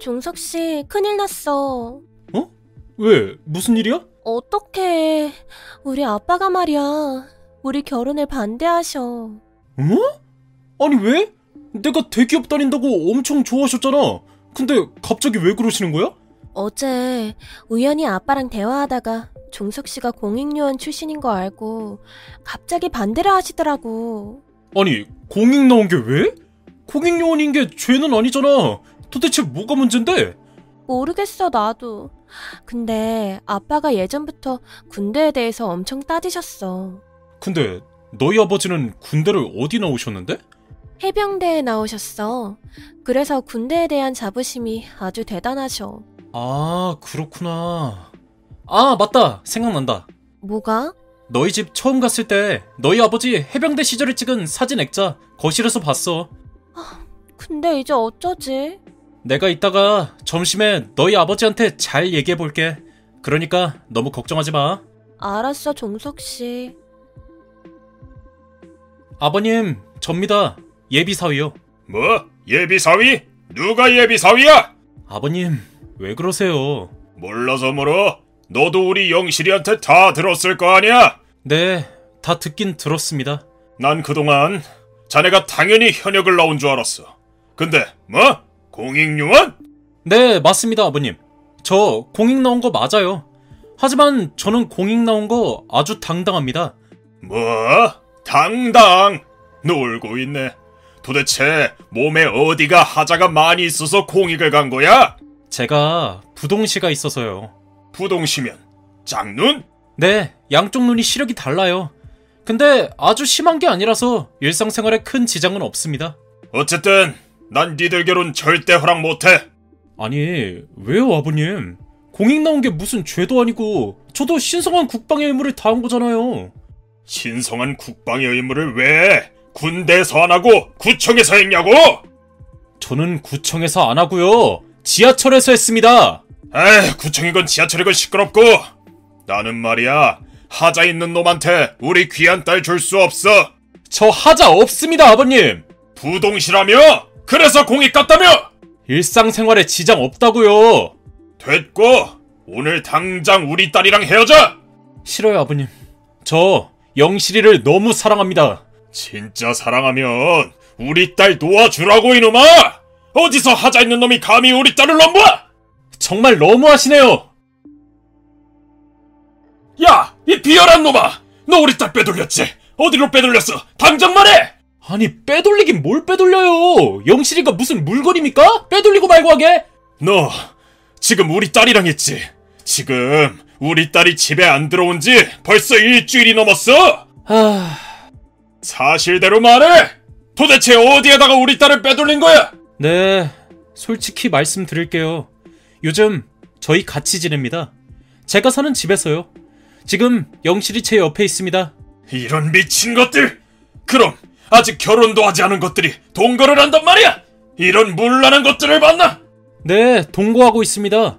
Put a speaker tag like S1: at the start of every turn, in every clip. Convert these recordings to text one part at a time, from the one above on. S1: 종석 씨, 큰일 났어.
S2: 왜? 무슨 일이야?
S1: 어떡해. 우리 아빠가 말이야. 우리 결혼을 반대하셔.
S2: 응? 아니 왜? 내가 대기업 다닌다고 엄청 좋아하셨잖아. 근데 갑자기 왜 그러시는 거야?
S1: 어제 우연히 아빠랑 대화하다가 종석 씨가 공익요원 출신인 거 알고 갑자기 반대를 하시더라고.
S2: 아니 공익 나온 게 왜? 공익 요원인 게 죄는 아니잖아. 도대체 뭐가 문제인데?
S1: 모르겠어, 나도. 근데 아빠가 예전부터 군대에 대해서 엄청 따지셨어.
S2: 근데 너희 아버지는 군대를 어디 나오셨는데?
S1: 해병대에 나오셨어. 그래서 군대에 대한 자부심이 아주 대단하셔.
S2: 아 그렇구나. 아 맞다 생각난다.
S1: 뭐가?
S2: 너희 집 처음 갔을 때 너희 아버지 해병대 시절에 찍은 사진 액자 거실에서 봤어.
S1: 근데 이제 어쩌지?
S2: 내가 이따가 점심에 너희 아버지한테 잘 얘기해 볼게. 그러니까 너무 걱정하지 마.
S1: 알았어, 종석 씨.
S2: 아버님, 접니다. 예비사위요.
S3: 뭐? 예비사위? 누가 예비사위야?
S2: 아버님, 왜 그러세요?
S3: 몰라서 물어. 너도 우리 영실이한테 다 들었을 거 아니야?
S2: 네, 다 듣긴 들었습니다.
S3: 난 그동안 자네가 당연히 현역을 나온 줄 알았어. 근데 뭐? 공익요원?
S2: 네, 맞습니다, 아버님. 저 공익 나온 거 맞아요. 하지만 저는 공익 나온 거 아주 당당합니다.
S3: 뭐? 당당! 놀고 있네. 도대체 몸에 어디가 하자가 많이 있어서 공익을 간 거야?
S2: 제가 부동시가 있어서요.
S3: 부동시면 장눈?
S2: 네, 양쪽 눈이 시력이 달라요. 근데 아주 심한 게 아니라서 일상생활에 큰 지장은 없습니다.
S3: 어쨌든 난 니들 결혼 절대 허락 못해.
S2: 아니, 왜요, 아버님? 공익 나온 게 무슨 죄도 아니고, 저도 신성한 국방의 의무를 다한 거잖아요.
S3: 신성한 국방의 의무를 왜 군대에서 안 하고 구청에서 했냐고?
S2: 저는 구청에서 안 하고요. 지하철에서 했습니다.
S3: 에이, 구청이건 지하철이건 시끄럽고 나는 말이야 하자 있는 놈한테 우리 귀한 딸 줄 수 없어
S2: 저 하자 없습니다, 아버님.
S3: 부동시라며 그래서 공익 같다며
S2: 일상생활에 지장 없다고요.
S3: 됐고 오늘 당장 우리 딸이랑 헤어져
S2: 싫어요, 아버님. 저 영실이를 너무 사랑합니다.
S3: 진짜 사랑하면 우리 딸 놓아주라고 이놈아 어디서 하자 있는 놈이 감히 우리 딸을 넘봐
S2: 정말 너무하시네요.
S3: 야 이 비열한 놈아 너 우리 딸 빼돌렸지 어디로 빼돌렸어 당장 말해
S2: 아니, 빼돌리긴 뭘 빼돌려요. 영실이가 무슨 물건입니까? 빼돌리고 말고 하게.
S3: 너 지금 우리 딸이랑 했지? 지금 우리 딸이 집에 안 들어온 지 벌써 일주일이 넘었어?
S2: 하...
S3: 사실대로 말해! 도대체 어디에다가 우리 딸을 빼돌린 거야?
S2: 네, 솔직히 말씀드릴게요. 요즘 저희 같이 지냅니다. 제가 사는 집에서요. 지금 영실이 제 옆에 있습니다.
S3: 이런 미친 것들! 그럼 아직 결혼도 하지 않은 것들이 동거를 한단 말이야! 이런 물란한 것들을 만나!
S2: 네, 동거하고 있습니다.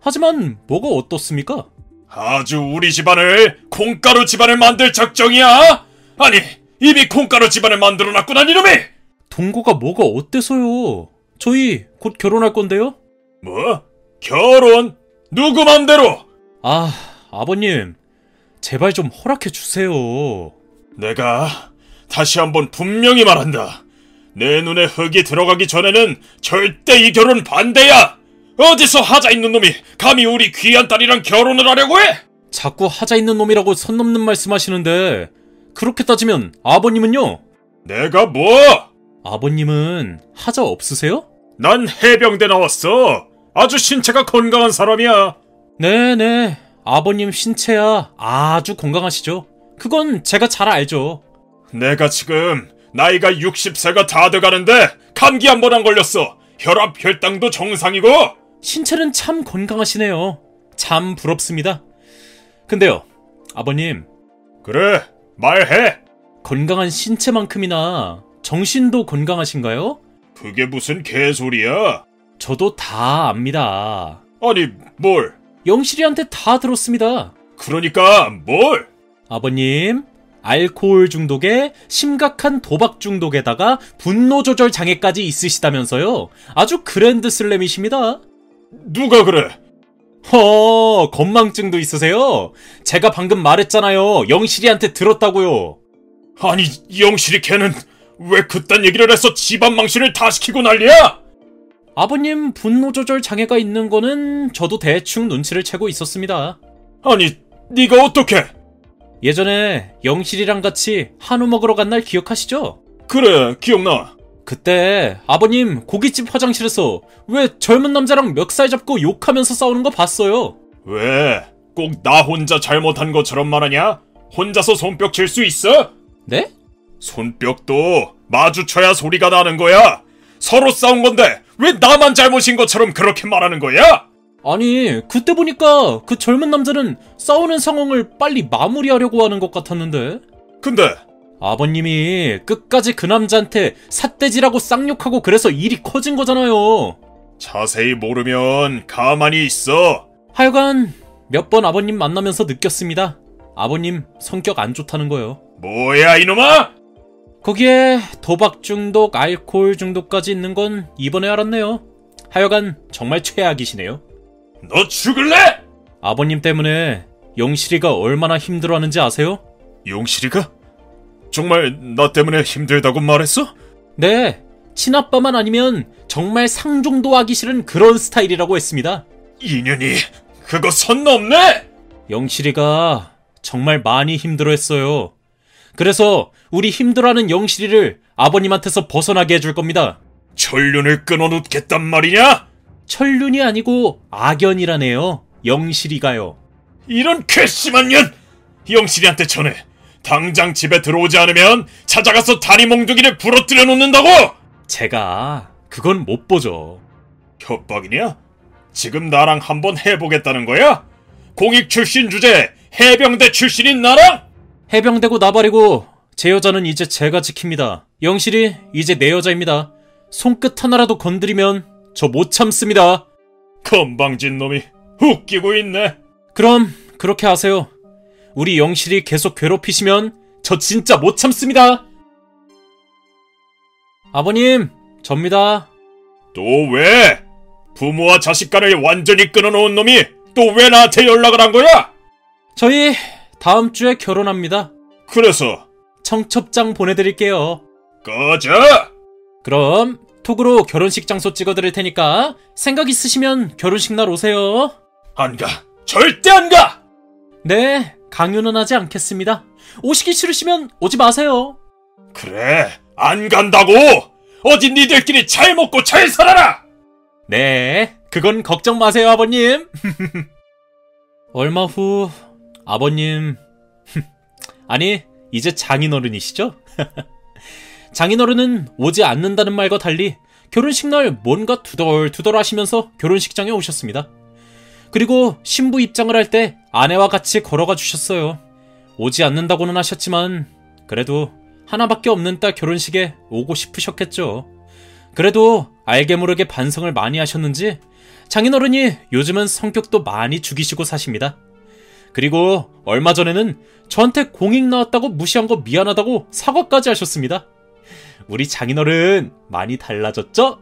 S2: 하지만 뭐가 어떻습니까?
S3: 아주 우리 집안을 콩가루 집안을 만들 작정이야! 아니, 이미 콩가루 집안을 만들어놨구나, 이놈이!
S2: 동거가 뭐가 어때서요? 저희 곧 결혼할 건데요?
S3: 뭐? 결혼? 누구 맘대로!
S2: 아, 아버님. 제발 좀 허락해 주세요.
S3: 내가 다시 한번 분명히 말한다. 내 눈에 흙이 들어가기 전에는 절대 이 결혼 반대야! 어디서 하자 있는 놈이 감히 우리 귀한 딸이랑 결혼을 하려고 해!
S2: 자꾸 하자 있는 놈이라고 선 넘는 말씀 하시는데, 그렇게 따지면 아버님은요?
S3: 내가 뭐!
S2: 아버님은 하자 없으세요?
S3: 난 해병대 나왔어! 아주 신체가 건강한 사람이야!
S2: 네네. 아버님 신체야 아주 건강하시죠? 그건 제가 잘 알죠.
S3: 내가 지금 나이가 60세가 다 돼가는데 감기 한 번 안 걸렸어! 혈압, 혈당도 정상이고!
S2: 신체는 참 건강하시네요. 참 부럽습니다. 근데요, 아버님,
S3: 그래, 말해!
S2: 건강한 신체만큼이나 정신도 건강하신가요?
S3: 그게 무슨 개소리야?
S2: 저도 다 압니다.
S3: 아니, 뭘!
S2: 영실이한테 다 들었습니다.
S3: 그러니까 뭘!
S2: 아버님, 알코올 중독에 심각한 도박 중독에다가 분노 조절 장애까지 있으시다면서요. 아주 그랜드 슬램이십니다.
S3: 누가 그래?
S2: 허, 건망증도 있으세요? 제가 방금 말했잖아요. 영실이한테 들었다고요.
S3: 아니 영실이 걔는 왜 그딴 얘기를 해서 집안 망신을 다 시키고 난리야?
S2: 아버님 분노 조절 장애가 있는 거는 저도 대충 눈치를 채고 있었습니다.
S3: 아니 네가 어떻게?
S2: 예전에 영실이랑 같이 한우 먹으러 간 날 기억하시죠?
S3: 그래 기억나.
S2: 그때 아버님 고깃집 화장실에서 왜 젊은 남자랑 멱살 잡고 욕하면서 싸우는 거 봤어요.
S3: 왜? 꼭 나 혼자 잘못한 것처럼 말하냐? 혼자서 손뼉 칠 수 있어?
S2: 네?
S3: 손뼉도 마주쳐야 소리가 나는 거야. 서로 싸운 건데 왜 나만 잘못인 것처럼 그렇게 말하는 거야?
S2: 아니 그때 보니까 그 젊은 남자는 싸우는 상황을 빨리 마무리하려고 하는 것 같았는데
S3: 근데
S2: 아버님이 끝까지 그 남자한테 삿대질하고 쌍욕하고 그래서 일이 커진 거잖아요.
S3: 자세히 모르면 가만히 있어.
S2: 하여간 몇 번 아버님 만나면서 느꼈습니다. 아버님 성격 안 좋다는 거요.
S3: 뭐야 이놈아?
S2: 거기에 도박 중독, 알코올 중독까지 있는 건 이번에 알았네요. 하여간 정말 최악이시네요.
S3: 너 죽을래?
S2: 아버님 때문에 영실이가 얼마나 힘들어하는지 아세요?
S3: 용실이가? 정말 나 때문에 힘들다고 말했어?
S2: 네, 친아빠만 아니면 정말 상종도 하기 싫은 그런 스타일이라고 했습니다.
S3: 인연이 그거 선 넘네?
S2: 영실이가 정말 많이 힘들어했어요. 그래서 우리 힘들어하는 영실이를 아버님한테서 벗어나게 해줄 겁니다.
S3: 전륜을 끊어놓겠단 말이냐?
S2: 철륜이 아니고 악연이라네요. 영실이가요.
S3: 이런 괘씸한 년! 영실이한테 전해. 당장 집에 들어오지 않으면 찾아가서 다리 몽둥이를 부러뜨려 놓는다고!
S2: 제가 그건 못 보죠.
S3: 협박이냐? 지금 나랑 한번 해보겠다는 거야? 공익 출신 주제 해병대 출신인 나랑?
S2: 해병되고 나발이고 제 여자는 이제 제가 지킵니다. 영실이 이제 내 여자입니다. 손끝 하나라도 건드리면 저 못 참습니다.
S3: 건방진 놈이 웃기고 있네.
S2: 그럼 그렇게 하세요. 우리 영실이 계속 괴롭히시면 저 진짜 못 참습니다. 아버님, 접니다.
S3: 또 왜? 부모와 자식 간을 완전히 끊어놓은 놈이 또 왜 나한테 연락을 한 거야?
S2: 저희 다음 주에 결혼합니다.
S3: 그래서
S2: 청첩장 보내드릴게요.
S3: 꺼져!
S2: 그럼 톡으로 결혼식 장소 찍어드릴 테니까 생각 있으시면 결혼식 날 오세요.
S3: 안 가! 절대 안 가!
S2: 네, 강요는 하지 않겠습니다. 오시기 싫으시면 오지 마세요.
S3: 그래, 안 간다고! 어디 니들끼리 잘 먹고 잘 살아라!
S2: 네, 그건 걱정 마세요, 아버님. 얼마 후 아버님 아니, 이제 장인어른이시죠? 장인어른은 오지 않는다는 말과 달리 결혼식 날 뭔가 두덜두덜 하시면서 결혼식장에 오셨습니다. 그리고 신부 입장을 할 때 아내와 같이 걸어가 주셨어요. 오지 않는다고는 하셨지만 그래도 하나밖에 없는 딸 결혼식에 오고 싶으셨겠죠. 그래도 알게 모르게 반성을 많이 하셨는지 장인어른이 요즘은 성격도 많이 죽이시고 사십니다. 그리고 얼마 전에는 저한테 공익 나왔다고 무시한 거 미안하다고 사과까지 하셨습니다. 우리 장인어른 많이 달라졌죠?